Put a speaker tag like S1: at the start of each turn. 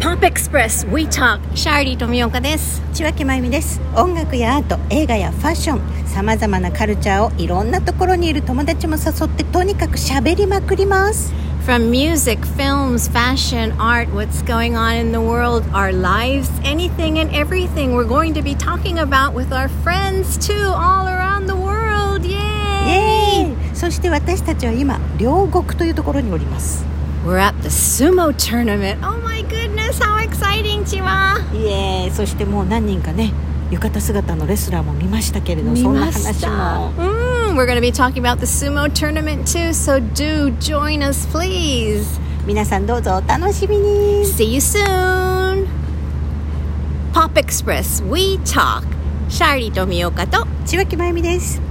S1: Pop Express We Talk シャーリー富岡です
S2: 千脇まゆみです音楽やアート映画やファッションさまざまなカルチャーをいろんなところにいる友達も誘ってとにかく喋りまくります
S1: From music, films, fashion, art, what's going on in the world, our lives, anything and everything we're going to be talking about with our friends too all around the world.
S2: イ
S1: Yay!
S2: エーイそして私たちは今両国というところにおります
S1: We're at the sumo tournament. Oh my goodness, how exciting, Chiwa!
S2: イエーイそしてもう何人かね浴衣姿のレスラーも見ましたけれどそんな話も
S1: Mm, we're going to be talking about the sumo tournament too, so do join us, please.
S2: 皆さんどうぞお楽しみに
S1: See you soon. Pop Express, we talk. シャーリーとミオカと
S2: 千脇まゆみです